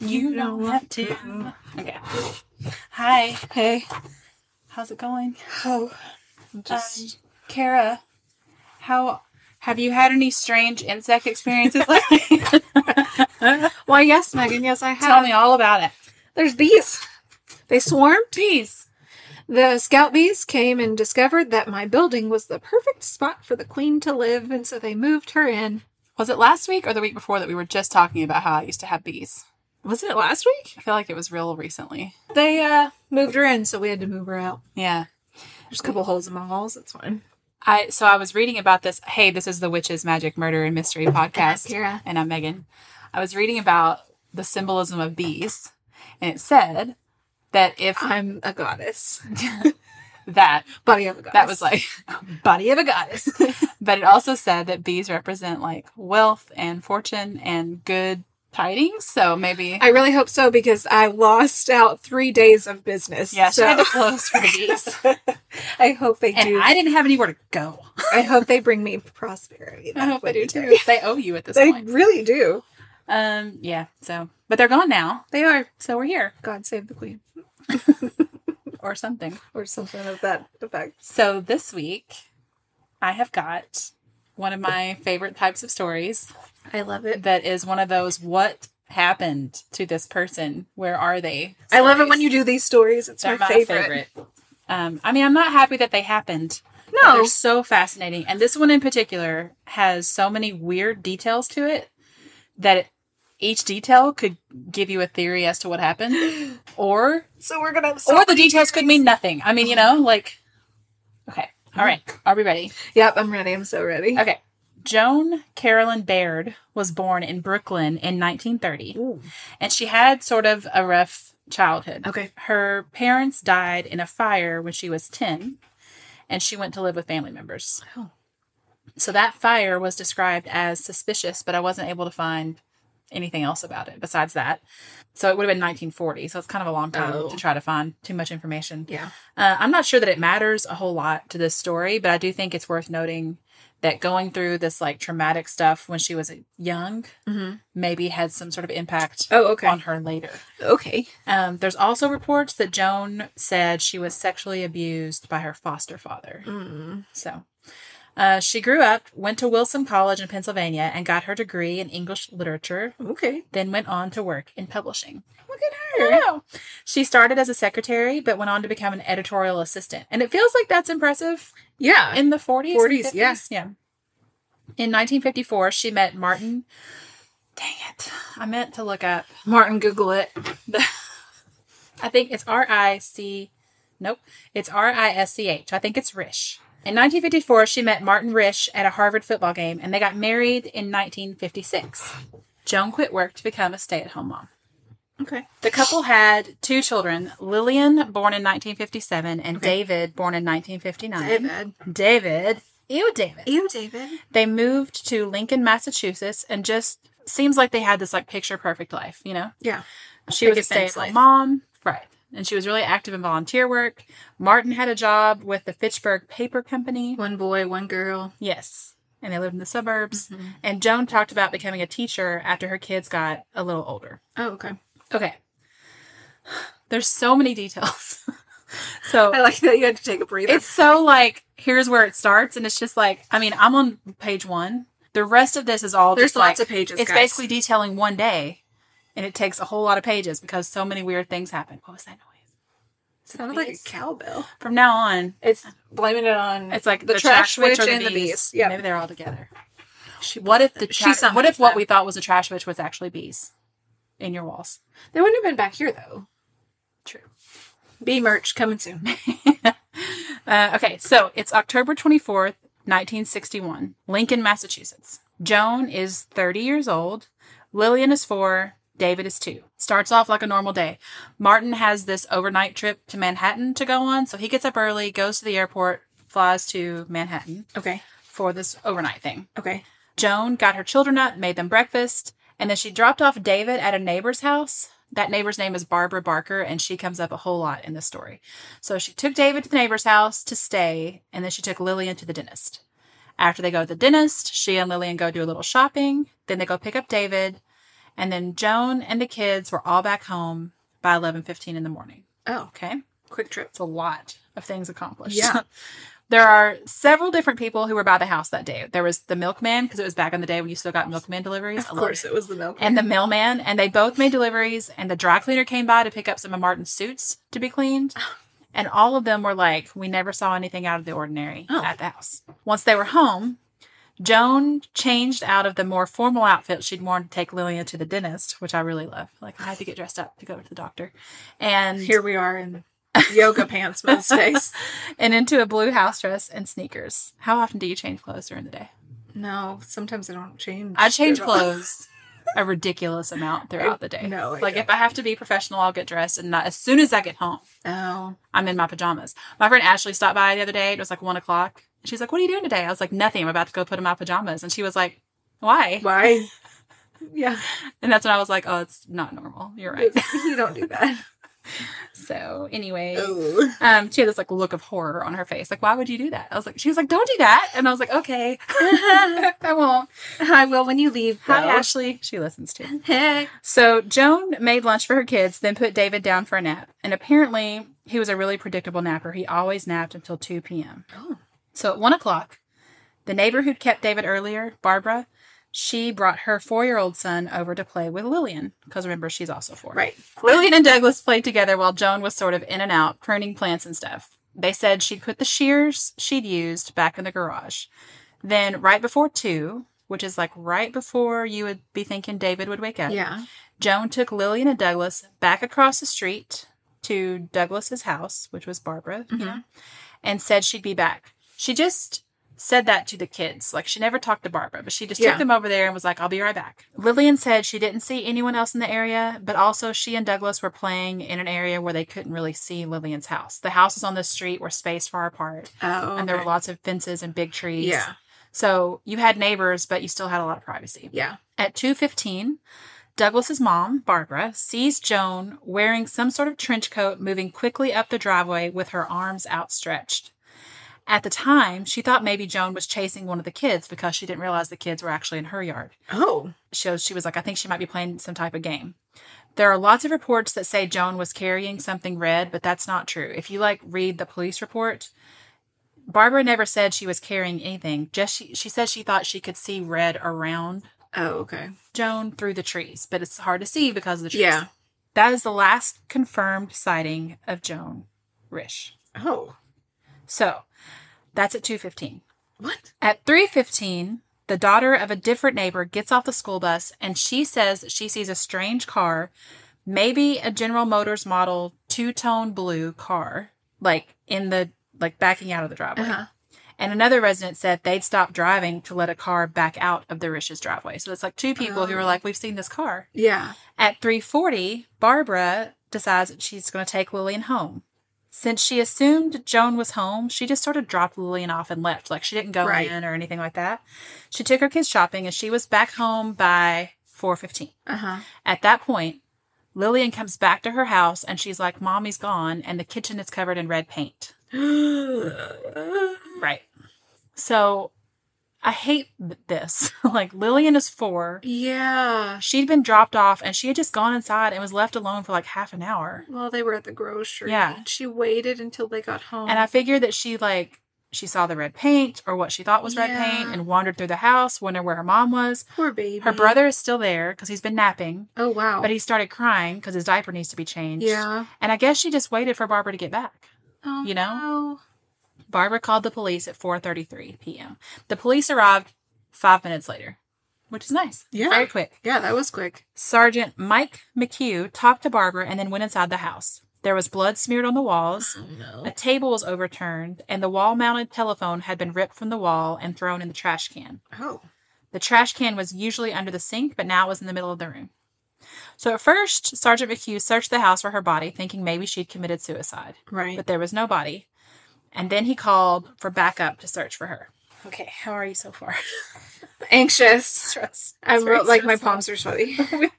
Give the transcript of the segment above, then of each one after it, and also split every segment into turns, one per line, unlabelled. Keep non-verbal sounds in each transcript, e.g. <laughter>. You don't want to. Okay. Hi.
Hey.
How's it going?
Oh. Um,
Just- Kara, how have you had any strange insect experiences <laughs> lately?
Why, yes, Megan. Yes, I have.
Tell me all about it.
There's bees. They swarmed.
Bees.
The scout bees came and discovered that my building was the perfect spot for the queen to live, and so they moved her in.
Was it last week or the week before that we were just talking about how I used to have bees?
Was it last week?
I feel like it was real recently.
They uh moved her in, so we had to move her out.
Yeah.
There's a couple holes in my walls. That's fine.
I so I was reading about this. Hey, this is the Witches, Magic, Murder, and Mystery podcast.
Kara.
and I'm Megan. I was reading about the symbolism of bees, and it said that if
I'm a goddess.
that
Body of a goddess.
that was like <laughs>
body of a goddess.
but it also said that bees represent like wealth and fortune and good tidings. So maybe
<laughs> I really hope so because I lost out three days of business.
yeah, she
so
had to close for the <laughs> bees,
<laughs> I hope they do. I,
didn't have anywhere to go.
hope they bring me prosperity.
I
That
<laughs> hope I
would
do
be great.
too. They owe you at this
<laughs> They
point.
really do.
Um, yeah. So, but they're gone now.
They are.
So we're here
God save the queen,
or something.
or something of that effect.
So this week, I have got one of my favorite types of stories.
I love it.
that is one of those what happened to this person where are they
I love it when you do these stories. It's
They're
my favorite.
um i mean i'm not happy that they happened but
No,
they're so fascinating and this one in particular has so many weird details to it that it, each detail could give you a theory as to what <gasps> happened or
so we're gonna. Have so-
or the details could mean nothing i mean you know like okay all right are we ready
yep, I'm ready. I'm so ready.
okay joan carolyn baird was born in brooklyn in 1930
Ooh.
and she had sort of a rough childhood.
Okay.
Her parents died in a fire when she was 10, and she went to live with family members.
Oh.
So that fire was described as suspicious, but I wasn't able to find anything else about it besides that. So it would have been 1940, so it's kind of a long time
Oh.
to try to find too much information.
Yeah.
Uh, I'm not sure that it matters a whole lot to this story, but I do think it's worth noting that going through this like traumatic stuff when she was uh, young
Mhm.
maybe had some sort of impact
Oh, okay.
on her later.
Okay.
Um, there's also reports that Joan said she was sexually abused by her foster father.
Mm.
So uh, she grew up, went to Wilson College in Pennsylvania, and got her degree in English literature,
Okay.
then went on to work in publishing.
Look at her.
Wow. She started as a secretary, but went on to become an editorial assistant. And it feels like that's impressive
Yeah.
in the 40s.
40s,
40s,
yeah.
Yeah. In 1954, she met Martin. Dang it. I meant to look up
Martin, Google it.
I think it's R I C. Nope, it's R I S C H. I think it's Risch. In 1954, she met Martin Risch at a Harvard football game, and they got married in 1956. Joan quit work to become a stay-at-home mom.
Okay.
The couple had two children: Lillian, born in 1957, and David, born in 1959.
David.
David, ew, David.
You, David.
They moved to Lincoln, Massachusetts, and just seems like they had this like picture-perfect life, you know.
Yeah.
She was a
Biggest
stay
things
at home
life.
mom. Right. And she was really active in volunteer work. Martin had a job with the Fitchburg Paper Company.
One boy, one girl.
Yes. And they lived in the suburbs. And Joan talked about becoming a teacher after her kids got a little older.
Oh, okay.
Okay. There's so many details. <laughs> so
I like that you had to take a breather.
it's so like, here's where it starts. And it's just like, I mean, I'm on page one. The rest of this is all
There's
just like-
lots of pages.
It's
guys.
basically detailing one day, and it takes a whole lot of pages because so many weird things happen. What was that noise? Is it
sounded like a
bees?
cowbell.
From now on,
It's blaming it on.
it's like
the, trash witch and the bees. Yeah.
maybe they're all together. what if the
She
tra-
sounded
what
like
if what
that.
we thought was a trash witch was actually bees in your walls?
They wouldn't have been back here though.
True.
Bee merch coming soon. <laughs>
Uh, okay, so it's October twenty fourth, nineteen sixty one, Lincoln, Massachusetts. Joan is thirty years old. Lillian is four. David is two. Starts off like a normal day. Martin has this overnight trip to Manhattan to go on, so he gets up early, goes to the airport, flies to Manhattan
Okay.
for this overnight thing.
Okay.
Joan got her children up, made them breakfast, and then she dropped off David at a neighbor's house. That neighbor's name is Barbara Barker, and she comes up a whole lot in this story. So she took David to the neighbor's house to stay, and then she took Lillian to the dentist. After they go to the dentist, she and Lillian go do a little shopping. Then they go pick up David. And then Joan and the kids were all back home by 11.15 in the morning.
Oh,
Okay.
quick trip.
It's a lot of things accomplished.
<laughs> Yeah.
there are several different people who were by the house that day. There was the milkman, because it was back in the day when you still got milkman deliveries.
Of
I love
course,
it.
it was the milk.
And the mailman, and they both made deliveries, and the dry cleaner came by to pick up some of Martin's suits to be cleaned.
Oh.
And all of them were like, We never saw anything out of the ordinary
Oh.
at the house. Once they were home, Joan changed out of the more formal outfit she'd worn to take Lillian to the dentist, which I really love. Like, I had to get dressed up to go to the doctor. And
Here we are <laughs> in yoga pants most days. <laughs>
and into a blue house dress and sneakers. How often do you change clothes during the day?
No, sometimes I don't change.
I change
at all. <laughs>
clothes a ridiculous amount throughout the day.
No, I
like
don't.
if I have to be professional, I'll get dressed, and not, as soon as I get home,
Oh,
I'm in my pajamas. My friend Ashley stopped by the other day. It was like one o'clock. She's like, "What are you doing today?" I was like, "Nothing. I'm about to go put in my pajamas." And she was like, "Why?"
why? Yeah,
And that's when I was like, "Oh, it's not normal. You're right."
<laughs> you don't do that.
so anyway,
<laughs> Oh.
um, she had this like look of horror on her face. Like, why would you do that? I was like, she was like, "Don't do that." And I was like,
<laughs>
"Okay, <laughs> I won't."
I will when you leave.
Hi,
though.
Ashley. She listens to.
Hey.
So Joan made lunch for her kids, then put David down for a nap. And apparently, he was a really predictable napper. He always napped until 2 p.m.
Oh.
So at 1 o'clock, the neighbor who'd kept David earlier, Barbara, she brought her four year old son over to play with Lillian. Because remember, she's also four.
Right.
Lillian and Douglas played together while Joan was sort of in and out, pruning plants and stuff. They said she'd put the shears she'd used back in the garage. Then, right before 2, which is like right before you would be thinking David would wake up.
Yeah.
Joan took Lillian and Douglas back across the street to Douglas's house, which was Barbara,
Mm-hmm.
you know, and said she'd be back. She just said that to the kids. Like she never talked to Barbara, but she just
Yeah.
took them over there and was like, I'll be right back. Lillian said she didn't see anyone else in the area, but also she and Douglas were playing in an area where they couldn't really see Lillian's house. The houses on the street were spaced far apart,
Oh.
and there were
okay.
lots of fences and big trees.
Yeah.
So you had neighbors, but you still had a lot of privacy.
Yeah.
At 2:15, Douglas's mom, Barbara, sees Joan wearing some sort of trench coat moving quickly up the driveway with her arms outstretched. At the time, she thought maybe Joan was chasing one of the kids because she didn't realize the kids were actually in her yard.
Oh.
So she was like, I think she might be playing some type of game. There are lots of reports that say Joan was carrying something red, but that's not true. If you like read the police report, Barbara never said she was carrying anything. Just she, she said she thought she could see red around
Oh. Okay.
Joan through the trees, but it's hard to see because of the trees.
Yeah.
That is the last confirmed sighting of Joan Rish.
Oh.
So that's at 2.15.
What?
At 3.15, the daughter of a different neighbor gets off the school bus and she says that she sees a strange car, maybe a General Motors model two-tone blue car, like in the, like backing out of the driveway.
Uh-huh.
And another resident said they'd stopped driving to let a car back out of the Rish's driveway. So it's like two people who were
Oh.
like, we've seen this car.
Yeah.
At 3:40, Barbara decides that she's going to take Lillian home. Since she assumed Joan was home, she just sort of dropped Lillian off and left. Like she didn't go
Right.
in or anything like that. She took her kids shopping and she was back home by 4:15.
Uh
<gasps>
huh.
At that point, Lillian comes back to her house and she's like, "Mommy's gone and the kitchen is covered in red paint." Right. So, I hate th- this. <laughs> like Lillian is 4.
yeah.
She'd been dropped off and she had just gone inside and was left alone for like half an hour.
Well, they were at the grocery.
Yeah.
She waited until they got home.
And I figured that she like she saw the red paint or what she thought was red
Yeah. Mhm.
paint and wandered through the house, wondering where her mom was.
poor baby.
Her brother is still there because he's been napping,
Oh wow.
but he started crying because his diaper needs to be changed.
Yeah.
And I guess she just waited for Barbara to get back.
Oh,
You know?
no.
Barbara called the police at 4:33 p.m. The police arrived 5 minutes later, which is nice.
Yeah.
Very quick.
Yeah, that was quick.
Sergeant Mike McHugh talked to Barbara and then went inside the house. There was blood smeared on the walls.
Oh, no.
A table was overturned, and the wall mounted telephone had been ripped from the wall and thrown in the trash can.
Oh.
The trash can was usually under the sink, but now it was in the middle of the room. So at first, Sergeant McHugh searched the house for her body, thinking maybe she'd committed suicide,
Right.
but there was no body. And then he called for backup to search for her. Okay, how are you so far? <laughs>
Anxious.
Stress.
I
It's very
wrote like my
stressful.
palms
<laughs>
are sweaty. Oh,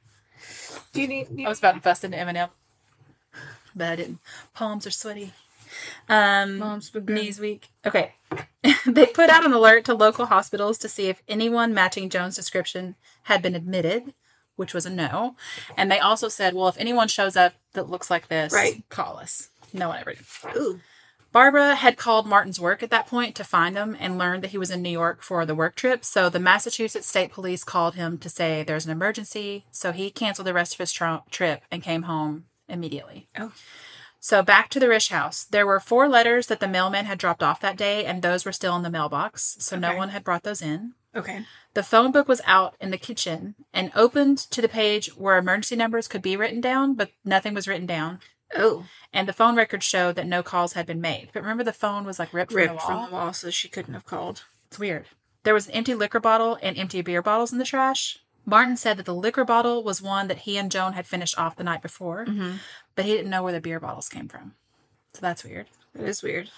Do you need?
I was about to bust into Eminem, but I didn't. Palms are sweaty. Um,
Mom's been good.
knees weak. Okay. <laughs> they put out an alert to local hospitals to see if anyone matching Joan's description had been admitted, which was a no. And they also said, well, if anyone shows up that looks like this,
Right.
call us. No one ever did.
Ooh.
Barbara had called Martin's work at that point to find him and learned that he was in New York for the work trip. So the Massachusetts State Police called him to say there's an emergency. So he canceled the rest of his tr- trip and came home immediately.
Oh.
So back to the Rish house. There were four letters that the mailman had dropped off that day, and those were still in the mailbox. So no
Okay.
one had brought those in.
Okay.
The phone book was out in the kitchen and opened to the page where emergency numbers could be written down, but nothing was written down
Oh,
and the phone records showed that no calls had been made. But remember, the phone was like ripped,
ripped
from the
from
wall.
the wall, so she couldn't have called.
It's weird. There was an empty liquor bottle and empty beer bottles in the trash. Martin said that the liquor bottle was one that he and Joan had finished off the night before, but he didn't know where the beer bottles came from. So that's weird.
That is weird.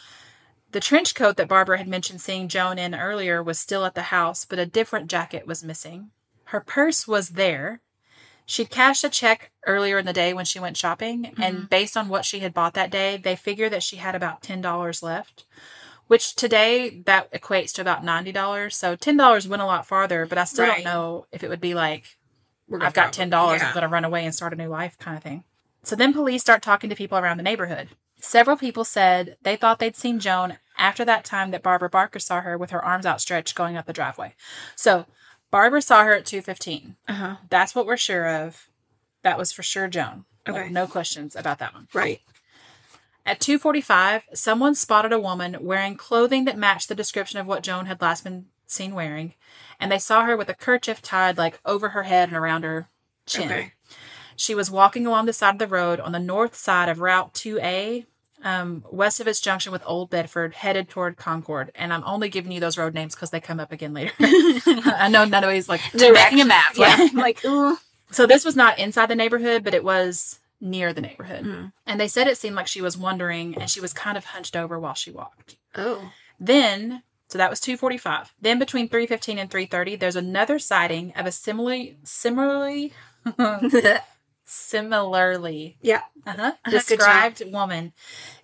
The trench coat that Barbara had mentioned seeing Joan in earlier was still at the house, but a different jacket was missing. Her purse was there. She'd cashed a check earlier in the day when she went shopping, and based on what she had bought that day, they figure that she had about $10 left, which today that equates to about $90. So $10 went a lot farther, but I still
Right.
don't know if it would be like
We're
I've got ten
gonna
dollars.
Yeah.
I'm gonna run away and start a new life, kind of thing. So then police start talking to people around the neighborhood. Several people said they thought they'd seen Joan after that time that Barbara Barker saw her with her arms outstretched going up the driveway. So Barbara saw her at two fifteen.
Uh-huh.
That's what we're sure of. That was for sure Joan. Like,
Okay.
no questions about that one.
Right.
At 2:45, someone spotted a woman wearing clothing that matched the description of what Joan had last been seen wearing, and they saw her with a kerchief tied like over her head and around her chin.
Okay.
She was walking along the side of the road on the north side of Route 2A, um, west of its junction with Old Bedford, headed toward Concord. And I'm only giving you those road names because they come up again later. <laughs> I know none of these like making a map. Oh.
Yeah.
<laughs> Yeah.
like, ooh.
So this was not inside the neighborhood, but it was near the neighborhood.
Mm.
And they said it seemed like she was wondering and she was kind of hunched over while she walked.
Oh. <laughs>
Then, so that was 2:45. Then between 3:15 and 3:30, there's another sighting of a similarly similarly similarly
yeah.
uh-huh,
good
described woman,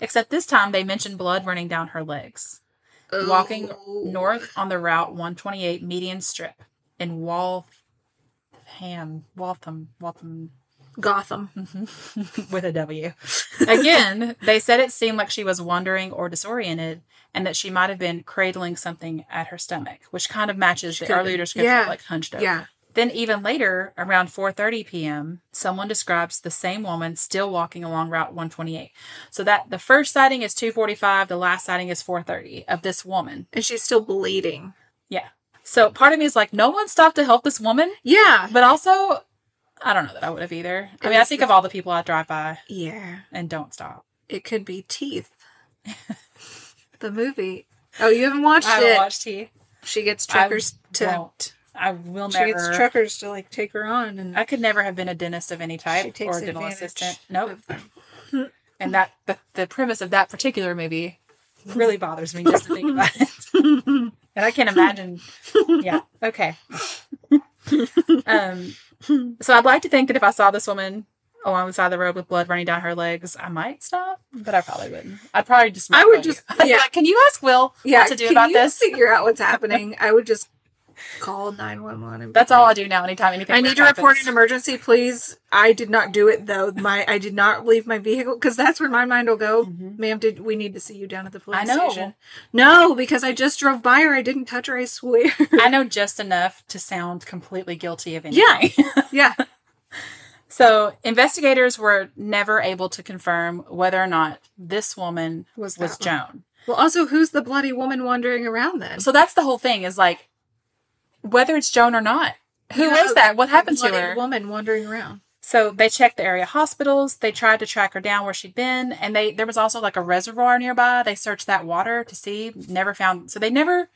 except this time they mentioned blood running down her legs Walking
Ooh.
north on the Route 128 median strip in Waltham, Waltham, Waltham,
Gotham.
with a W.
<laughs>
Again, they said it seemed like she was wandering or disoriented and that she might have been cradling something at her stomach, which kind of matches the
could've
earlier
been-
description
yeah.
of like hunched over.
Yeah.
Then even later, around 4:30 p.m., someone describes the same woman still walking along Route 128. So that the first sighting is 2:45, the last sighting is 4:30 of this woman.
And she's still bleeding.
Yeah. So part of me is like no one stopped to help this woman,
Yeah.
but also I don't know that I would have either. I
It
mean, I
was
think
the-
of all the people I drive by
Yeah.
and don't stop.
It could be
<laughs>
teeth. the movie. Oh, you haven't watched
I
it.
haven't watched T.
she gets truckers to
won't. I will
she
never.
gets truckers to like take her on and
I could never have been a dentist of any
she
type
takes
or a dental
advantage
assistant. Nope.
of them. <laughs>
And that the, the premise of that particular movie really bothers me just to think about it.
<laughs>
And I can't imagine. Yeah. Okay. Um. So I'd like to think that if I saw this woman along the side of the road with blood running down her legs, I might stop, but I probably wouldn't. I'd probably just.
I would just-
I'd be
yeah.
like, Can you ask Will what to do
can
about
you
this?
Figure out
<laughs>
what's happening. I would just call nine one one.
That's all I do now. Anytime anything.
I
weird
need to report
happens.
an emergency, please. I did not do it though. My I did not leave my vehicle because that's where my mind will go. Ma'am, did we need to see you down at the police
Mm-hmm. I know.
station? No, because I just drove by her. I didn't touch her. I swear. <laughs>
I know just enough to sound completely guilty of anything.
yeah, yeah.
<laughs> So investigators were never able to confirm whether or not this woman
Was
was,
that
Joan.
Well, also, who's the bloody woman wandering around then?
So that's the whole thing is like whether it's Joan or not. who is
Yeah,
that? What happened to
bloody
her?
Woman wandering around.
So they checked the area hospitals. They tried to track her down where she'd been, and they there was also like a reservoir nearby. They searched that water to see, never found. So they never,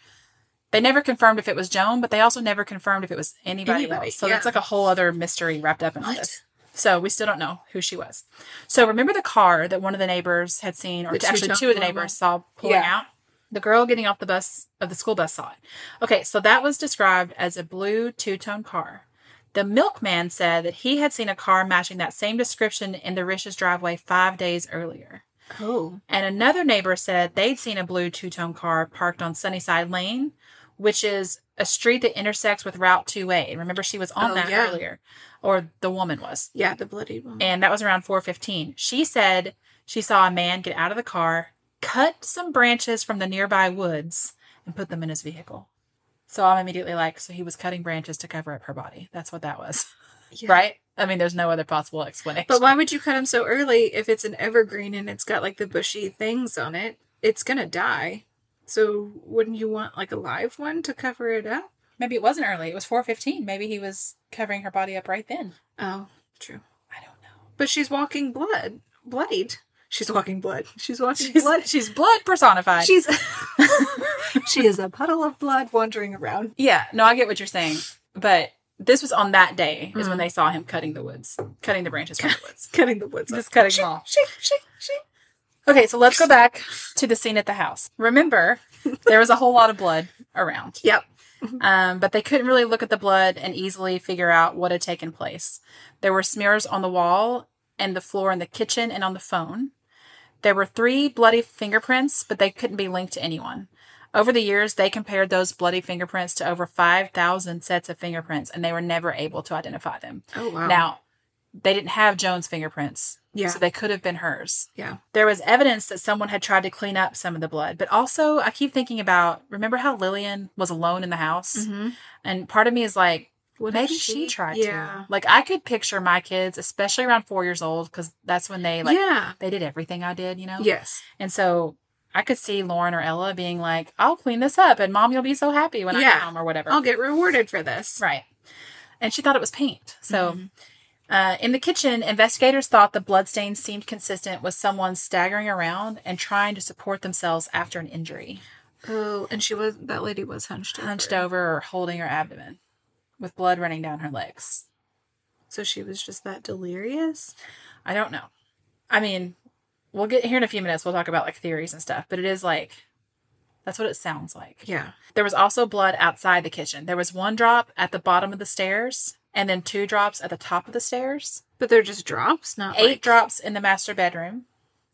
they never confirmed if it was Joan, but they also never confirmed if it was anybody,
Anybody,
else. So
yeah.
that's like a whole other mystery wrapped up in all
What?
this. So we still don't know who she was. So remember the car that one of the neighbors had seen, or
The
actually
two-toned
two of the
woman?
neighbors saw pulling
Yeah.
out. The girl getting off the bus of the school bus saw it. Okay, so that was described as a blue two tone car. The milkman said that he had seen a car matching that same description in the Rich's driveway five days earlier.
Oh.
And another neighbor said they'd seen a blue two tone car parked on Sunnyside Lane, which is a street that intersects with Route 2A. Remember, she was on
Oh,
that
yeah.
earlier, or the woman was.
Yeah, the bloody one.
And that was around 4:15. She said she saw a man get out of the car, cut some branches from the nearby woods, and put them in his vehicle. So I'm immediately like, so he was cutting branches to cover up her body. That's what that was, <laughs>
Yeah.
right? I mean, there's no other possible explanation.
But why would you cut them so early if it's an evergreen and it's got like the bushy things on it? It's gonna die. So wouldn't you want like a live one to cover it up?
Maybe it wasn't early. It was 4:15. Maybe he was covering her body up right then.
Oh, true.
I don't know.
But she's walking blood, bloodied. She's walking blood. She's walking
She's
<laughs> blood.
she's blood personified.
She's <laughs> she is a puddle of blood wandering around.
yeah, no, I get what you're saying, but this was on that day is when they saw him cutting the woods, cutting the branches from the woods,
Cutting the woods.
just
Just
cutting them off.
shake, shake, shake.
Okay, so let's go back to the scene at the house. Remember, there was a whole lot of blood around.
Yep.
Um, but they couldn't really look at the blood and easily figure out what had taken place. There were smears on the wall and the floor in the kitchen and on the phone. There were three bloody fingerprints, but they couldn't be linked to anyone. Over the years, they compared those bloody fingerprints to over 5,000 sets of fingerprints, and they were never able to identify them.
Oh wow.
Now, they didn't have Joan's fingerprints,
Yeah.
so they could have been hers
yeah.
there was evidence that someone had tried to clean up some of the blood. But also, I keep thinking about remember how Lillian was alone in the house?
Mm-hmm.
And part of me is like,
What if
maybe she, tried
yeah.
to. Like, I could picture my kids, especially around four years old, because that's when they like,
yeah.
they did everything I did, you know?
Yes.
And so I could see Lauren or Ella being like, I'll clean this up and mom, you'll be so happy when I
Yeah. Oh,
get home or whatever.
I'll get rewarded for this.
Right. And she thought it was paint. So, uh, in the kitchen, investigators thought the bloodstains seemed consistent with someone staggering around and trying to support themselves after an injury,
Oh, and she was that lady was hunched over.
hunched over or holding her abdomen with blood running down her legs.
So she was just that delirious.
I don't know. I mean, we'll get here in a few minutes. We'll talk about like theories and stuff, but it is like, that's what it sounds like.
Yeah.
There was also blood outside the kitchen. There was one drop at the bottom of the stairs and then two drops at the top of the stairs.
But they're just drops, not
eight
like-
drops in the master bedroom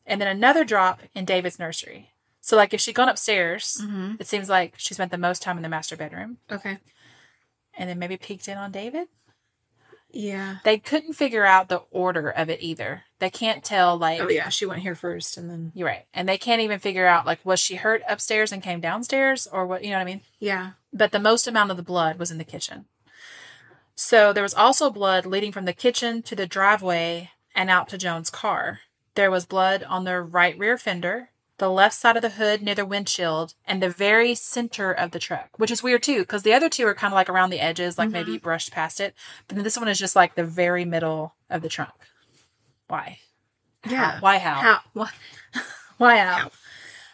and then another drop in david's nursery so like if she'd gone upstairs
Mhm.
it seems like she spent the most time in the master bedroom
Okay.
and then maybe peeked in on david
Yeah.
they couldn't figure out the order of it either they can't tell like
Oh yeah, she went here first and then
you're right and they can't even figure out like was she hurt upstairs and came downstairs or what you know what i mean
Yeah.
but the most amount of the blood was in the kitchen so there was also blood leading from the kitchen to the driveway and out to Joan's car. There was blood on the right rear fender, the left side of the hood near the windshield, and the very center of the truck, which is weird too, because the other two are kind of like around the edges, like maybe you brushed past it. But then this one is just like the very middle of the trunk. Why?
Yeah.
Why how?
How? What?
Why out?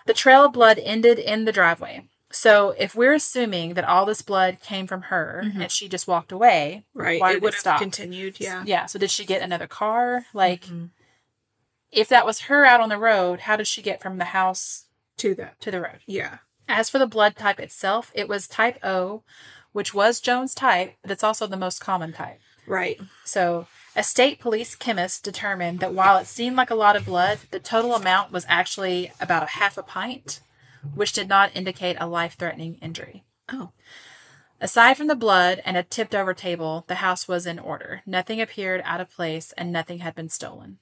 The trail of blood ended in the driveway. So if we're assuming that all this blood came from her and she just walked away,
Mm-hmm. Right.
Why
it
did
would
it
have
stop?
continued. Yeah.
yeah. So did she get another car? Like,
Mhm.
if that was her out on the road, how did she get from the house
To that.
to the road?
Yeah.
As for the blood type itself, it was type O, which was Joan's type, but it's also the most common type.
Right.
So, a state police chemist determined that while it seemed like a lot of blood, the total amount was actually about a half a pint, which did not indicate a life threatening injury.
Oh.
Aside from the blood and a tipped over table, the house was in order. Nothing appeared out of place and nothing had been stolen.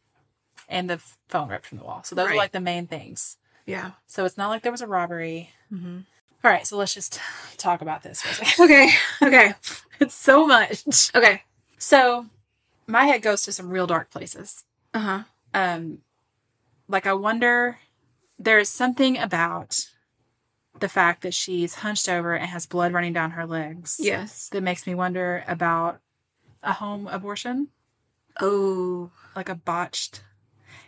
And the f- phone ripped from the wall. So, those are
Right.
like the main things.
Yeah.
So, it's not like there was a robbery. All right, so let's just <laughs> talk about this for a second. <laughs>
<laughs> Okay. Okay.
it's so much.
okay.
So, my head goes to some real dark places.
Uh huh.
um like I wonder there is something about the fact that she's hunched over and has blood running down her legs.
Yes.
That makes me wonder about a home abortion,
Oh.
like a botched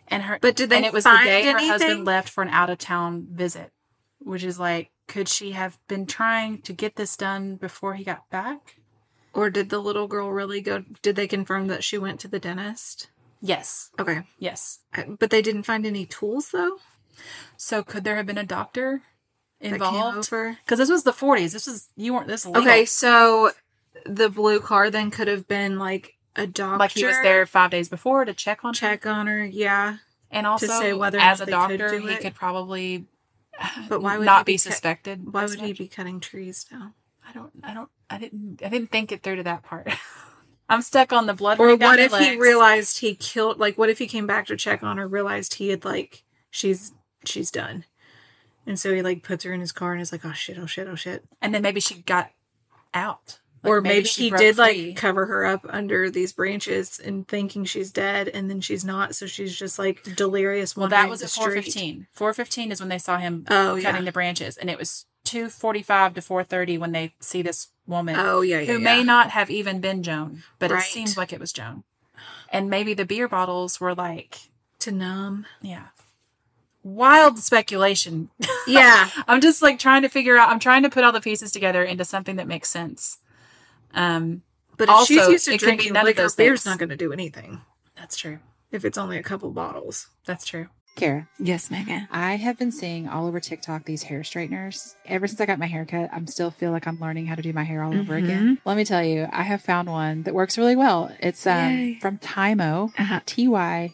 and her
But did they
and it was
find
the day
anything?
her husband left for an out of town visit, which is like could she have been trying to get this done before he got back?
or did the little girl really go? Did they confirm that she went to the dentist?
Yes.
Okay.
Yes.
I- But they didn't find any tools though.
So could there have been a doctor
that came
involved?
over?
Because this was the 40s. This was you weren't this is legal.
Okay, so the blue car then could have been like a doctor.
like he was there five days before to check on her.
Check on her, yeah.
And also,
say whether or
as a
not they could
doctor,
do
he
it.
could probably uh,
But why would
not
he
be
be ca-
suspected.
Why
as
would he
much.
be cutting trees now?
I don't. I don't. I didn't. I didn't think it through to that part. <laughs> I'm stuck on the blood.
Or
running down
what
her
if he
legs.
realized he killed? Like, what if he came back to check on her, realized he had like she's she's done, and so he like puts her in his car and is like, oh shit, oh shit, oh shit.
And then maybe she got out. Like,
or maybe,
she
he
broke
did
free.
like cover her up under these branches and thinking she's dead, and then she's not, so she's just like delirious.
Well,
wandering
that was
the
at
street.
four fifteen. Four fifteen is when they saw him
Oh yeah.
cutting the branches, and it was two forty five to four thirty when they see this woman
oh yeah. yeah
who
yeah.
may not have even been Joan, but it
Right.
seems like it was Joan. And maybe the beer bottles were like,
to numb.
yeah, wild speculation.
Yeah.
I'm just like trying to figure out. I'm trying to put all the pieces together into something that makes sense. Um,
But if
Also,
she's used
it
to
could be
drinking
none of
liquor,
those
beer's
things.
not going to do anything
that's true.
if it's only a couple bottles.
That's true.
Kara,
Yes, Megan.
I have been seeing all over TikTok these hair straighteners. Ever since I got my haircut, I'm still feel like I'm learning how to do my hair all over
Mm-hmm.
again. Let me tell you, I have found one that works really well. It's um,
Yay.
from Tymo,
Uh-huh.
T Y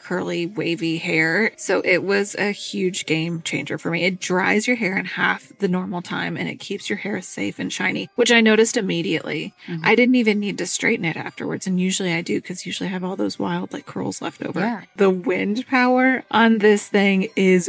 curly, wavy hair. So it was a huge game changer for me. It dries your hair in half the normal time and it keeps your hair safe and shiny, which I noticed immediately.
Mhm.
I didn't even need to straighten it afterwards. And usually I do because usually I have all those wild like curls left over.
Yeah.
The wind power on this thing is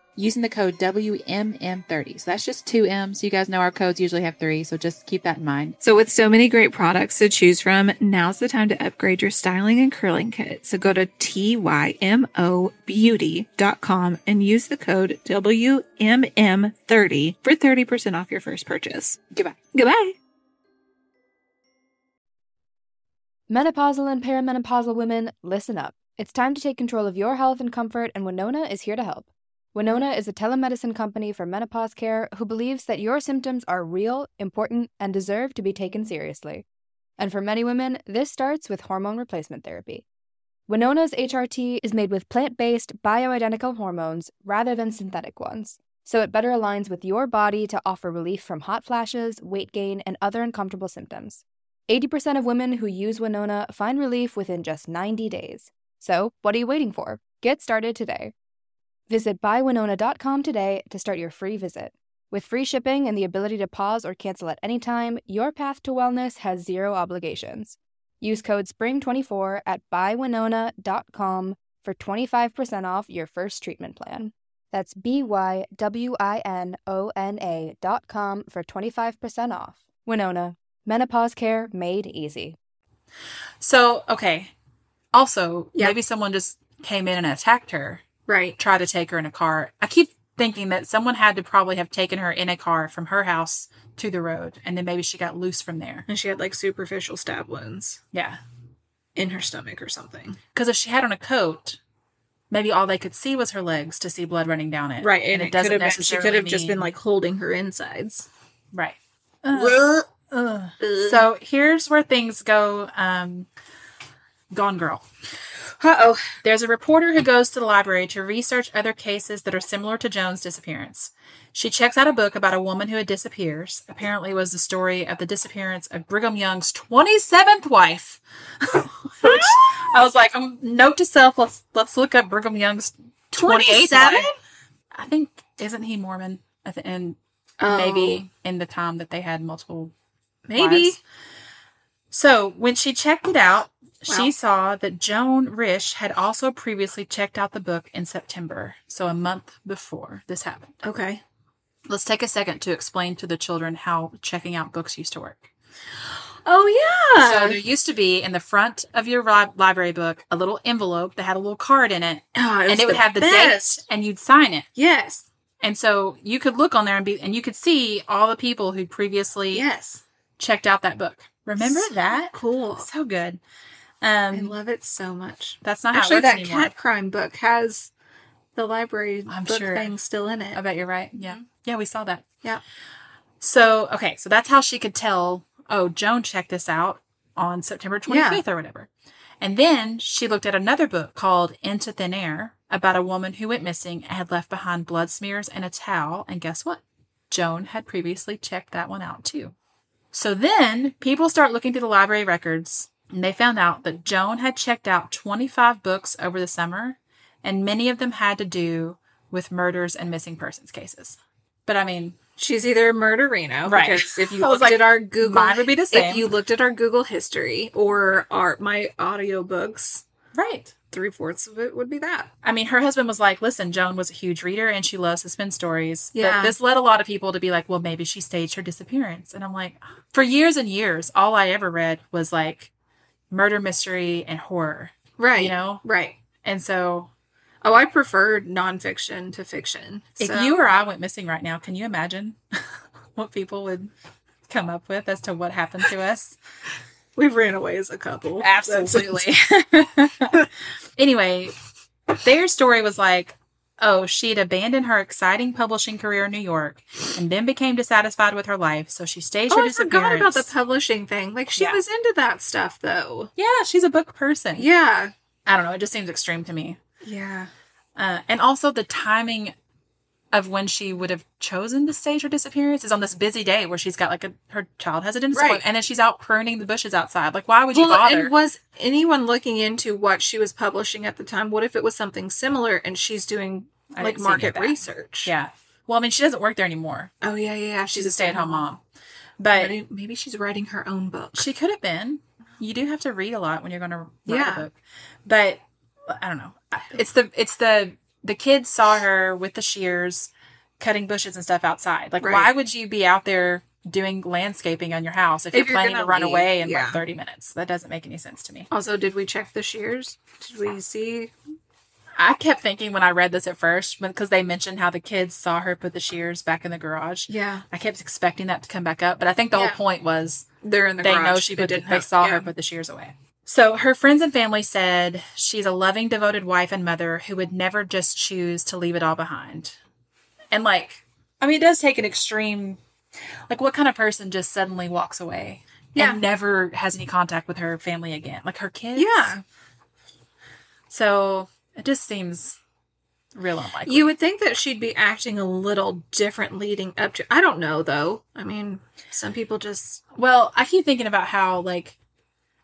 using the code WMM30. So that's just two M's. You guys know our codes usually have three, so just keep that in mind.
So with so many great products to choose from, now's the time to upgrade your styling and curling kit. So go to tymobeauty.com and use the code WMM30 for 30% off your first purchase.
Goodbye.
Goodbye.
Menopausal and perimenopausal women, listen up. It's time to take control of your health and comfort, and Winona is here to help. Winona is a telemedicine company for menopause care who believes that your symptoms are real, important, and deserve to be taken seriously. And for many women, this starts with hormone replacement therapy. Winona's HRT is made with plant based, bioidentical hormones rather than synthetic ones, so it better aligns with your body to offer relief from hot flashes, weight gain, and other uncomfortable symptoms. 80% of women who use Winona find relief within just 90 days. So, what are you waiting for? Get started today. Visit buywinona.com today to start your free visit. With free shipping and the ability to pause or cancel at any time, your path to wellness has zero obligations. Use code SPRING24 at buywinona.com for 25% off your first treatment plan. That's B Y W I N O N A dot com for 25% off. Winona, Menopause care made easy.
So okay. Also,
Yeah.
maybe someone just came in and attacked her.
Right.
Tried to take her in a car. I keep thinking that someone had to probably have taken her in a car from her house to the road, and then maybe she got loose from there.
And she had like superficial stab wounds
Yeah.
in her stomach or something.
Because if she had on a coat, maybe all they could see was her legs to see blood running down it.
Right. And, it, could have been, she
necessarily
could have just been
mean-
like holding her insides.
right.
Ugh.
Ugh.
Ugh.
So here's where things go. Um, gone girl.
Uh oh.
There's a reporter who goes to the library to research other cases that are similar to Joan's disappearance. She checks out a book about a woman who had disappeared. Apparently, it was the story of the disappearance of Brigham Young's 27th wife. <laughs> Which I was like, um, note to self, let's let's look up Brigham Young's 28th
27?
wife. I think isn't he Mormon? I thi- and
Oh.
maybe in the time that they had multiple
Maybe.
Wives. So when she checked it out,
Wow.
she saw that Joan Risch had also previously checked out the book in September, so a month before this happened.
Okay.
Let's take a second to explain to the children how checking out books used to work.
Oh
So
yeah.
there used to be in the front of your li- library book a little envelope that had a little card in it,
Ah,
and
was
it would have the
best.
date, and you'd sign it.
Yes.
And so you could look on there and be, and you could see all the people who previously
Yes.
checked out that book. Remember
So
that?
Cool.
So good.
I
Um,
love it so much.
that's not
Actually,
how it
that
works anymore.
cat crime book has the library
I'm
book
sure.
thing still in it.
I bet you're right. Yeah.
Mm-hmm.
Yeah, we saw that.
Yeah.
So, okay. So that's how she could tell, oh, Joan checked this out on September 25th
Yeah.
or whatever. And then she looked at another book called Into Thin Air about a woman who went missing and had left behind blood smears and a towel. And guess what? Joan had previously checked that one out too. So then people start looking through the library records and they found out that Joan had checked out 25 books over the summer and many of them had to do with murders and missing persons cases. But I mean,
She's either a murderino,
Right.
Because if
<laughs>
you <laughs>
I was
looked
like,
at our Google,
mine would be the same.
If you looked at our Google history or our my audiobooks,
right.
three fourths of it would be that.
I mean, her husband was like, listen, Joan was a huge reader and she loves suspense stories.
Yeah.
But this led a lot of people to be like, well, maybe she staged her disappearance. And I'm like, for years and years, all I ever read was like murder mystery and horror,
Right.
you know?
Right.
And so
Oh, I prefer nonfiction to fiction.
if
so-
you or I went missing right now, can you imagine <laughs> what people would come up with as to what happened to us?
we've ran away as a couple. That's- <laughs>
anyway, their story was like, oh, she'd abandoned her exciting publishing career in New York and then became dissatisfied with her life, so she staged
Oh,
her
I forgot
disappearance.
about the publishing thing. Like she
Yeah.
was into that stuff though.
yeah, she's a book person.
Yeah.
I don't know. It just seems extreme to me.
Yeah.
Uh, and also the timing of when she would have chosen to stage her disappearance is on this busy day where she's got like a her child has a dentist
Right.
appointment and then she's out pruning the bushes outside. Like, why would you
Well,
bother?
and was anyone looking into what she was publishing at the time? What if it was something similar and she's doing
I
like
didn't see any of
market
that.
research?
Yeah. Well, I mean, she doesn't work there anymore.
Oh yeah, yeah. yeah.
She's a stay-at-home mom, but
Maybe, maybe she's writing her own book.
she could have been. You do have to read a lot when you're going to write
Yeah.
a book, but I don't know. It's the it's the the kids saw her with the shears cutting bushes and stuff outside. Like,
Right.
why would you be out there doing landscaping on your house if,
If
you're,
you're
planning
gonna
to run
leave,
away in
yeah.
like 30 minutes? That doesn't make any sense to me.
Also, did we check the shears? Did we see?
I kept thinking when I read this at first because they mentioned how the kids saw her put the shears back in the garage.
Yeah,
I kept expecting that to come back up, but I think the
Yeah.
whole point was
they're in the.
they
garage.
know she put the, they
have-
saw
yeah.
her put the shears away. So her friends and family said she's a loving, devoted wife and mother who would never just choose to leave it all behind. And like, I mean, it does take an extreme. Like, what kind of person just suddenly walks away
Yeah.
and never has any contact with her family again? Like her kids.
Yeah,
So it just seems real unlikely.
you would think that she'd be acting a little different leading up to. I don't know though. I mean, some people just
Well, I keep thinking about how like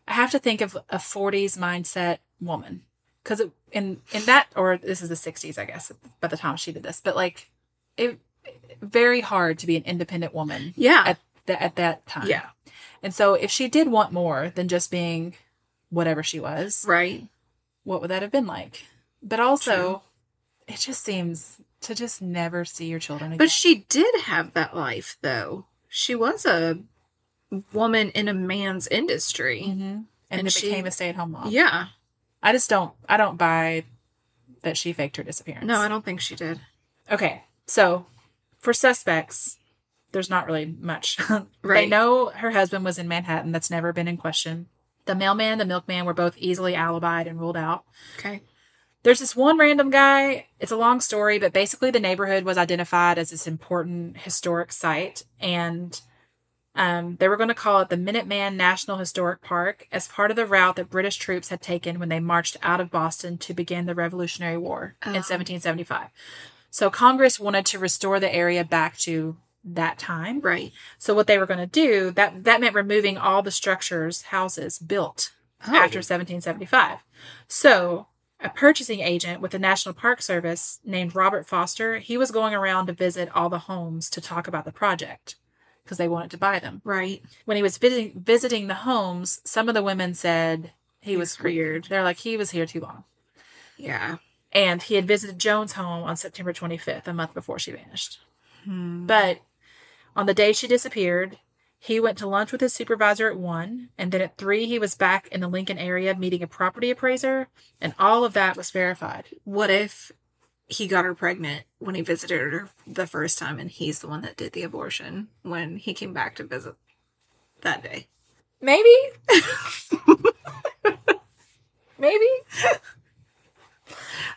I have to think of a 40s mindset woman because in in that or this is the 60s, I guess. By the time she did this, but like it very hard to be an independent woman
yeah,
at that at that time.
Yeah.
and so if she did want more than just being whatever she was,
right.
what would that have been like? But also, it just seems to just never see your children again.
But she did have that life though. She was a woman in a man's industry.
Mhm. and,
and
it
she-
became a stay-at-home mom.
Yeah.
I just don't I don't buy that she faked her disappearance.
No, I don't think she did.
Okay. So for suspects, there's not really much. <laughs> They
Right.
know her husband was in Manhattan. That's never been in question. The mailman, the milkman were both easily alibied and ruled out.
Okay.
There's this one random guy. It's a long story, but basically the neighborhood was identified as this important historic site and Um, they were going to call it the Minuteman National Historic Park as part of the route that British troops had taken when they marched out of Boston to begin the Revolutionary War in 1775. So Congress wanted to restore the area back to that time.
Right.
So what they were going to do that that meant removing all the structures, houses built after 1775. So a purchasing agent with the National Park Service named Robert Foster, he was going around to visit all the homes to talk about the project because they wanted to buy them.
Right.
When he was visiting, visiting the homes, some of the women said he was weird. They're like he was here too long.
Yeah.
And he had visited Joan's home on September 25th, a month before she vanished. But on the day she disappeared, he went to lunch with his supervisor at 1, and then at 3, he was back in the Lincoln area meeting a property appraiser, and all of that was verified.
What if he got her pregnant when he visited her the first time and he's the one that did the abortion when he came back to visit that day?
Maybe. Maybe.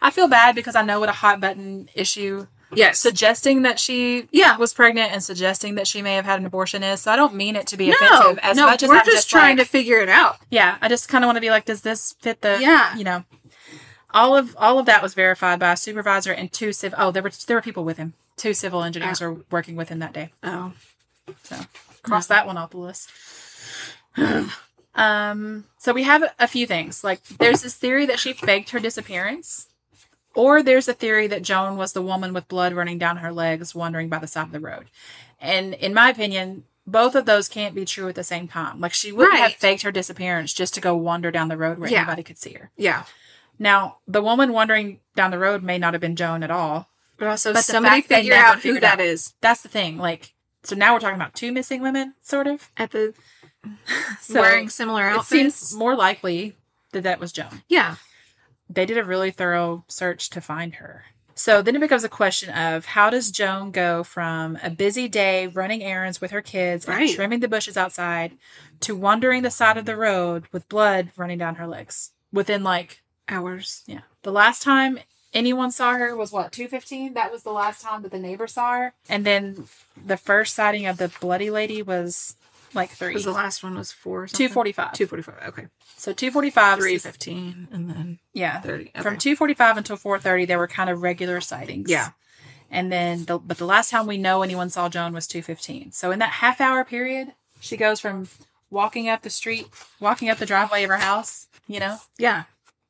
I feel bad because I know what a hot button issue
Yes.
suggesting that she
Yeah.
was pregnant and suggesting that she may have had an abortion is. So I don't mean it to be
no,
offensive as
no,
much as
we're
I'm
just, trying
like-
to figure it out.
yeah i just kind of want to be like does this fit the
Yeah.
you know all of all of that was verified by a supervisor and two civ oh there were there were people with him two civil engineers were working with him that day
Oh,
so cross that one off the
<sighs>
list um so we have a- a few things like there's this theory that she faked her disappearance or there's a theory that joan was the woman with blood running down her legs wandering by the side of the road and in my opinion both of those can't be true at the same time like she wouldn't have
Right.
faked her disappearance just to go wander down the road where
Yeah.
anybody could see her
yeah.
now the woman wandering down the road may not have been joan at all
But also,
But the
somebody
fact they
figure
never
out who
figured
that
out.
is
that's the thing like so now we're talking about two missing women sort of
at the
so
wearing similar
it
outfits.
seems more likely that that was Joan.
yeah.
They did a really thorough search to find her. So then it becomes a question of how does Joan go from a busy day running errands with her kids
Right.
and trimming the bushes outside to wandering the side of the road with blood running down her legs within like
Hours.
yeah. The last time anyone saw her was what, 215? That was the last time that the neighbor saw her. And then the first sighting of the bloody lady was like 3.
Because the last one was four.
245.
Two forty five. Okay.
So 245
Three fifteen, and then
Yeah.
thirty.
From
okay.
2:45 until 4:30 there were kind of regular sightings.
Yeah.
And then the but the last time we know anyone saw Joan was 2:15. So in that half hour period, she goes from walking up the street, walking up the driveway of her house, you know.
Yeah.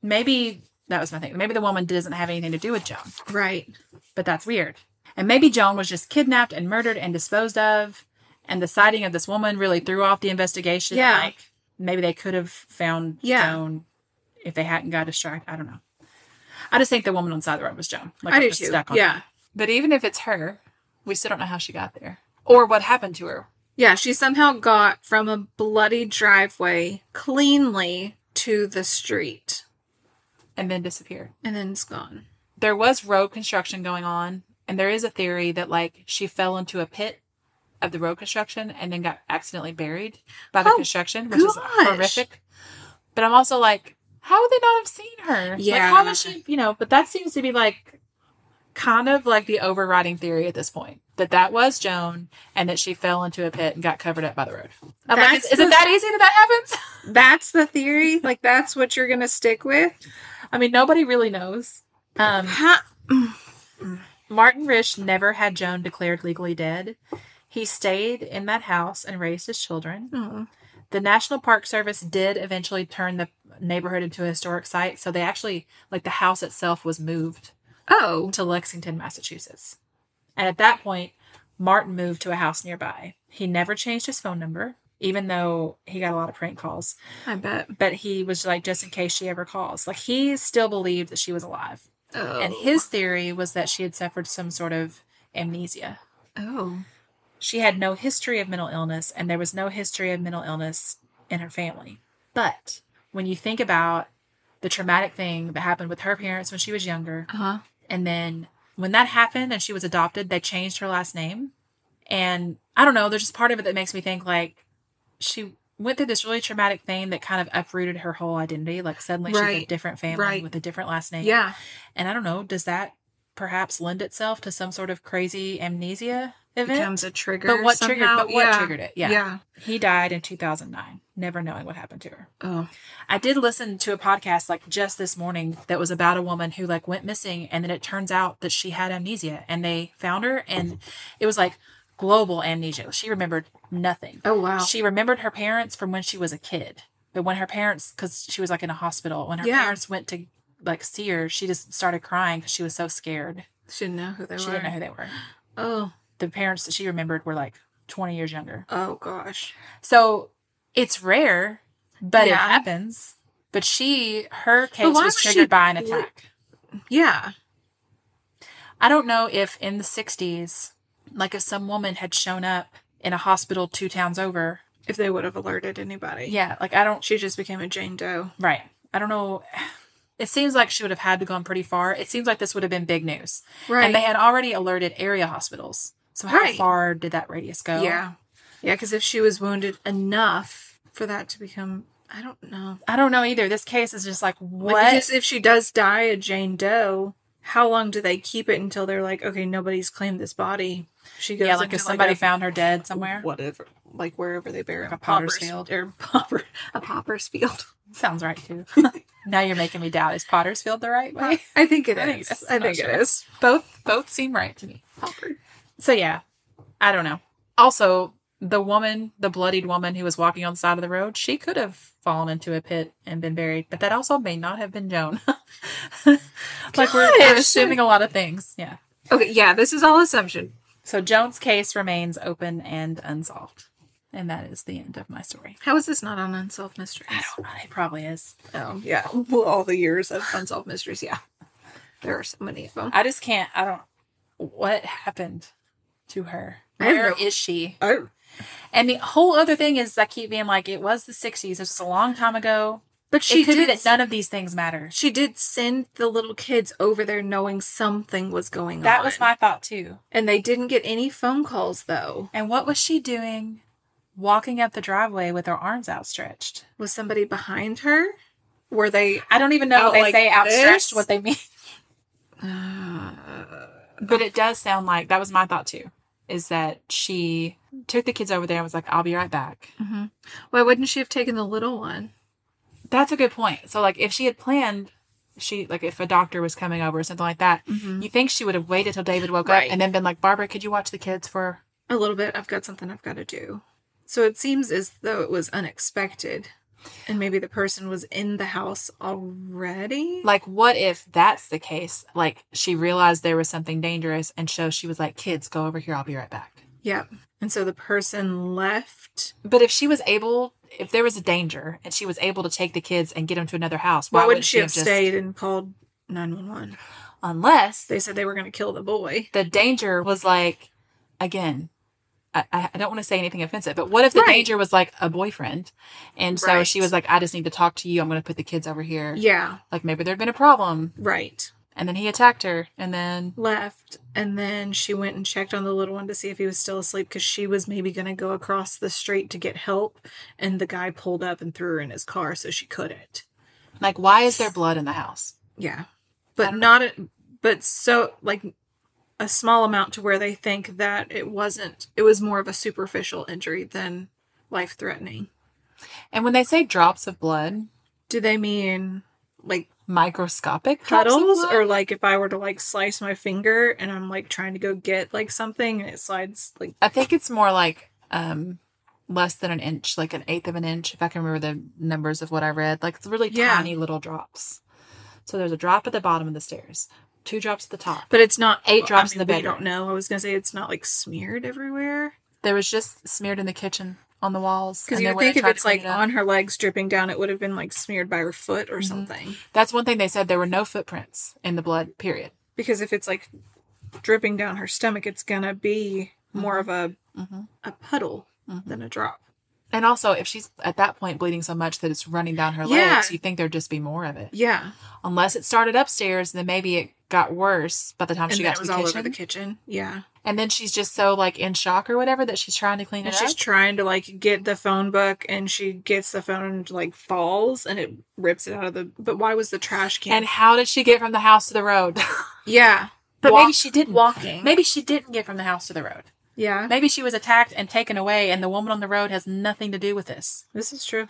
Maybe that was my thing. Maybe the woman doesn't have anything to do with Joan,
Right.
but that's weird. And maybe Joan was just kidnapped and murdered and disposed of, and the sighting of this woman really threw off the investigation.
Yeah.
Like maybe they could have found
Yeah.
Joan if they hadn't got distracted. I don't know. I just think the woman on the side of the road was Joan. Like
I
I'm
do
just
too.
stuck on
Yeah.
that. But even if it's her, we still don't know how she got there or what happened to her.
Yeah, she somehow got from a bloody driveway cleanly to the street
And then disappeared.
and then it's gone.
There was road construction going on, and there is a theory that like she fell into a pit of the road construction and then got accidentally buried by the
Oh,
construction, which is
gosh.
horrific. But I'm also like, how would they not have seen her? Like,
Yeah.
how was she, you know, but that seems to be like kind of like the overriding theory at this point that that was Joan and that she fell into a pit and got covered up by the road. I'm like,
That's
is, is it
the-
that easy that that happens? <laughs>
That's the <laughs> theory? Like, that's what you're going to stick with?
I mean, nobody really knows. Um,
Ha-
Martin Risch never had Joan declared legally dead. He stayed in that house and raised his children.
Oh.
The National Park Service did eventually turn the neighborhood into a historic site, so they actually, like, the house itself was moved
Oh.
to Lexington, Massachusetts. And at that point, Martin moved to a house nearby. He never changed his phone number, even though he got a lot of prank calls.
I bet.
But he was like, just in case she ever calls. Like, he still believed that she was alive.
Oh.
And his theory was that she had suffered some sort of amnesia.
Oh.
She had no history of mental illness, and there was no history of mental illness in her family. But when you think about the traumatic thing that happened with her parents when she was younger,
Uh-huh.
and then when that happened and she was adopted, they changed her last name. And I don't know, there's just part of it that makes me think like she went through this really traumatic thing that kind of uprooted her whole identity. Like suddenly she's a
Right.
different family
Right.
with a different last name.
Yeah.
And I don't know, does that perhaps lend itself to some sort of crazy amnesia? event.
becomes a trigger.
but what
somehow.
triggered? But what
yeah.
triggered it? Yeah. He died in 2009, never knowing what happened to her.
Oh.
I did listen to a podcast like just this morning that was about a woman who like went missing and then it turns out that she had amnesia and they found her and it was like global amnesia. She remembered nothing.
Oh wow.
She remembered her parents from when she was a kid. But when her parents cuz she was like in a hospital, when her
Yeah.
parents went to like see her, she just started crying cuz she was so scared.
she didn't know who they
she
were.
didn't know who they were.
oh.
The parents that she remembered were like 20 years younger.
Oh gosh.
So it's rare, but it
Yeah.
happens. But she, her case was
why was she-
triggered by an attack.
Yeah.
I don't know if in the 60s, like if some woman had shown up in a hospital two towns over.
If they would have alerted anybody.
Yeah, like I don't,
She just became a Jane Doe.
right. I don't know. It seems like she would have had to gone pretty far. It seems like this would have been big news. And they had already alerted area hospitals. So how
Right.
far did that radius go?
yeah. Yeah, because if she was wounded enough for that to become, I don't know.
I don't know either. This case is just like, what?
Like, because if she does die a Jane Doe, how long do they keep it until they're like, okay, nobody's claimed this body? She goes
yeah, like
into,
if somebody
a-
found her dead somewhere.
whatever, like wherever they bury
Like
her.
a potter's field.
or popper, a popper's field.
Sounds right too. now you're making me doubt. Is Pottersfield the right way?
I think it
<laughs> I think
is.
it's-
I
I'm
think
not
it
sure.
is.
<laughs> Both both seem right to me.
Popper.
So yeah. I don't know. Also, the woman, the bloodied woman who was walking on the side of the road, she could have fallen into a pit and been buried, but that also may not have been Joan. <laughs> like we're, we're
Gosh.
assuming a lot of things. Yeah.
Okay, yeah, this is all assumption.
So Joan's case remains open and unsolved. And that is the end of my story.
How is this not on Unsolved Mysteries?
don't know. It probably is.
Oh yeah, well, all the years of unsolved mysteries. Yeah, there are so many of them.
I just can't. I don't. What happened to her?
I have
Where
no-
is she?
Oh,
And the whole other thing is, I keep being like, it was the 60s. It was a long time ago.
but she
it could
did.
be that none of these things matter.
she did send the little kids over there, knowing something was going on.
That was my thought, too.
And they didn't get any phone calls though.
And what was she doing walking up the driveway with her arms outstretched?
Was somebody behind her? Were they?
I don't even know
Out
if they
Oh, like
say outstretched,
this?
what they
<sighs>
mean. But it does sound like that was my thought, too, is that she took the kids over there and was like, I'll be right back.
Why wouldn't she have taken the little one?
That's a good point. So like if she had planned she like if a doctor was coming over or something like that, you think she would have waited till David woke
Mm-hmm. Right.
up and then been like, Barbara, could you watch the kids for
A little bit. I've got something I've got to do. So it seems as though it was unexpected, and maybe the person was in the house already.
like what if that's the case? Like she realized there was something dangerous and so she was like, Kids, go over here, I'll be right back.
Yep. And so the person left.
But if she was able if there was a danger and she was able to take the kids and get them to another house, why,
Why
wouldn't
wouldn't she have
just-
stayed and called 911?
unless
They said they were going to kill the boy.
the danger was like again I- I, I don't want to say anything offensive, but what if the
Right.
danger was like a boyfriend? And so
Right.
she was like, I just need to talk to you. I'm going to put the kids over here.
Yeah,
Like maybe there'd been a problem.
right.
And then he attacked her. And then,
Left. And then she went and checked on the little one to see if he was still asleep because she was maybe going to go across the street to get help. And the guy pulled up and threw her in his car so she couldn't.
like, why is there blood in the house?
Yeah. But not, a, but so like a small amount to where they think that it wasn't, it was more of a superficial injury than life threatening.
And when they say drops of blood,
Do they mean like
microscopic drops of
puddles
blood?
or like if I were to like slice my finger and I'm like trying to go get like something and it slides like
I think it's more like um less than an inch, like an eighth of an inch, if I can remember the numbers of what I read. Like it's really
Yeah.
tiny little drops. So there's a drop at the bottom of the stairs, two drops at the top.
but it's not
Eight drops in the
I
bedroom.
don't know. I was gonna say it's not like smeared everywhere.
There was just smeared in the kitchen on the walls.
Because
and
you
then
would
when I
think if
tried to
it's
clean
like
it up- Mm-hmm.
on her legs dripping down, it would have been like smeared by her foot or something.
That's one thing they said there were no footprints in the blood, period.
Because if it's like dripping down her stomach, it's gonna be more
Mm-hmm.
of a a puddle than a drop.
And also, if she's at that point bleeding so much that it's running down her
Yeah.
legs, you think there'd just be more of it.
Yeah.
Unless it started upstairs, then maybe it got worse by the time
And
she got
then it
to
was
the
all
kitchen.
over the kitchen. Yeah.
And then she's just so like in shock or whatever that she's trying to clean
And
it
she's
up.
trying to like get the phone book, and she gets the phone and like falls, and it rips it out of the. But why was the trash can?
And how did she get from the
<laughs>
house to the road?
yeah,
but
Walk-
maybe she didn't.
walking.
Maybe she didn't get from the house to the road.
Yeah,
Maybe she was attacked and taken away, and the woman on the road has nothing to do with this.
this is true.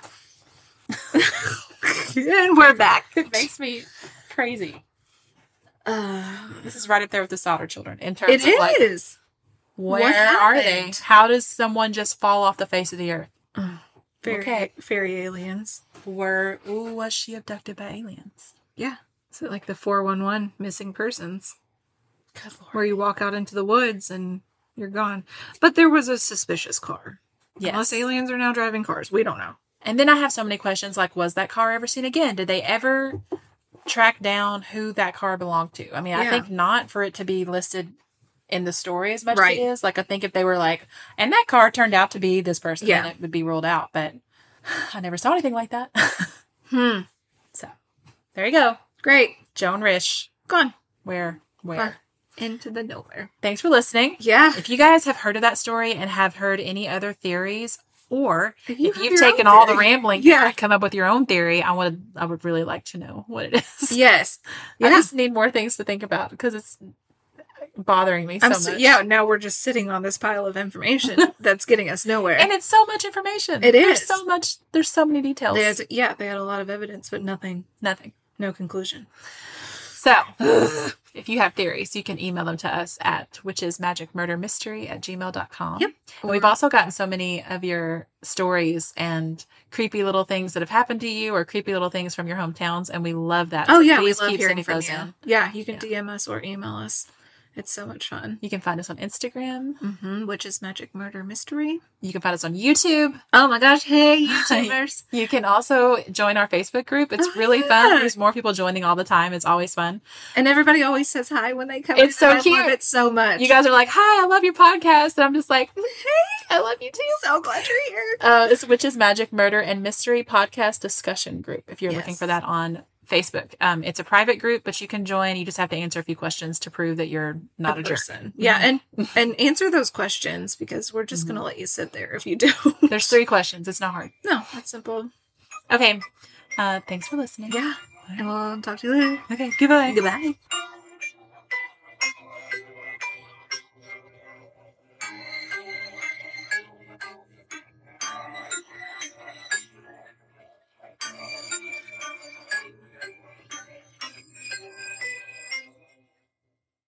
<laughs> and we're back.
It makes me crazy.
Uh,
This is right up there with the solder children in terms
it
of like,
is.
where
What
are they?
happened?
How does someone just fall off the face of the earth?
Fairy,
Okay.
fairy aliens.
Were ooh, was she abducted by aliens?
Yeah. So like the 411 missing persons
Good lord.
where you walk out into the woods and you're gone. But there was a suspicious car. Unless aliens are now driving cars. We don't know.
And then I have so many questions like, was that car ever seen again? Did they ever track down who that car belonged to? I mean, I
Yeah.
think not for it to be listed in the story as much
Right.
as it is. Like, I think if they were like, and that car turned out to be this person,
Yeah.
then it would be ruled out. But <sighs> I never saw anything like that. <laughs>
Hmm.
so there you go.
Great.
Joan Rish.
Gone.
Where? Where?
Gone. Into the nowhere.
Thanks for listening.
Yeah.
If you guys have heard of that story and have heard any other theories, or
If
if,
you
you
have
have
your
taken
own
all the
theory.
rambling,
Yeah.
yeah, come up with your own theory. I would, I would really like to know what it is. <laughs>
Yes.
I
Yeah.
just need more things to think about because it's bothering me so
I'm
much.
so, yeah, now we're just sitting on this pile of information <laughs> that's getting us nowhere.
and it's so much information.
It
there's
is.
so much. There's so many details.
They had yeah, they had a lot of evidence, but nothing,
Nothing.
no conclusion. <sighs>
So, if you have theories, you can email them to us at which is magicmurdermystery at gmail.com.
Yep.
And we've also gotten so many of your stories and creepy little things that have happened to you or creepy little things from your hometowns. And we love that.
Oh
So
yeah, we
please
love
keep
hearing
sending
from
those
you.
in.
Yeah, you can
Yeah.
DM us or email us. It's so much fun.
You can find us on Instagram.
Mm-hmm, which is Magic Murder Mystery.
You can find us on YouTube.
<laughs> Oh my gosh!
<laughs>
Hey,
YouTubers. You can also join our Facebook group. It's
Oh,
really
yeah.
fun. There's more people joining all the time. It's always fun.
and everybody always says hi when they come.
It's
in,
so
and I
cute.
Love it so much.
You guys are like, hi, I love your podcast. And I'm just like, "Mm, hey, I love you too.
so glad you're here.
Uh, it's Witches, Magic, Murder, and Mystery podcast discussion group. If you're looking
Yes.
for that on Facebook, um, it's a private group, but you can join. You just have to answer a few questions to prove that you're not a, Mm-hmm. jerk.
person. Yeah, and and answer those questions because we're just gonna let you sit there if you do.
Mm-hmm. There's three questions. It's not hard.
<laughs> no, that's simple.
Okay. Uh, thanks for listening.
Yeah, and we'll talk to you later.
Okay. Goodbye.
Goodbye.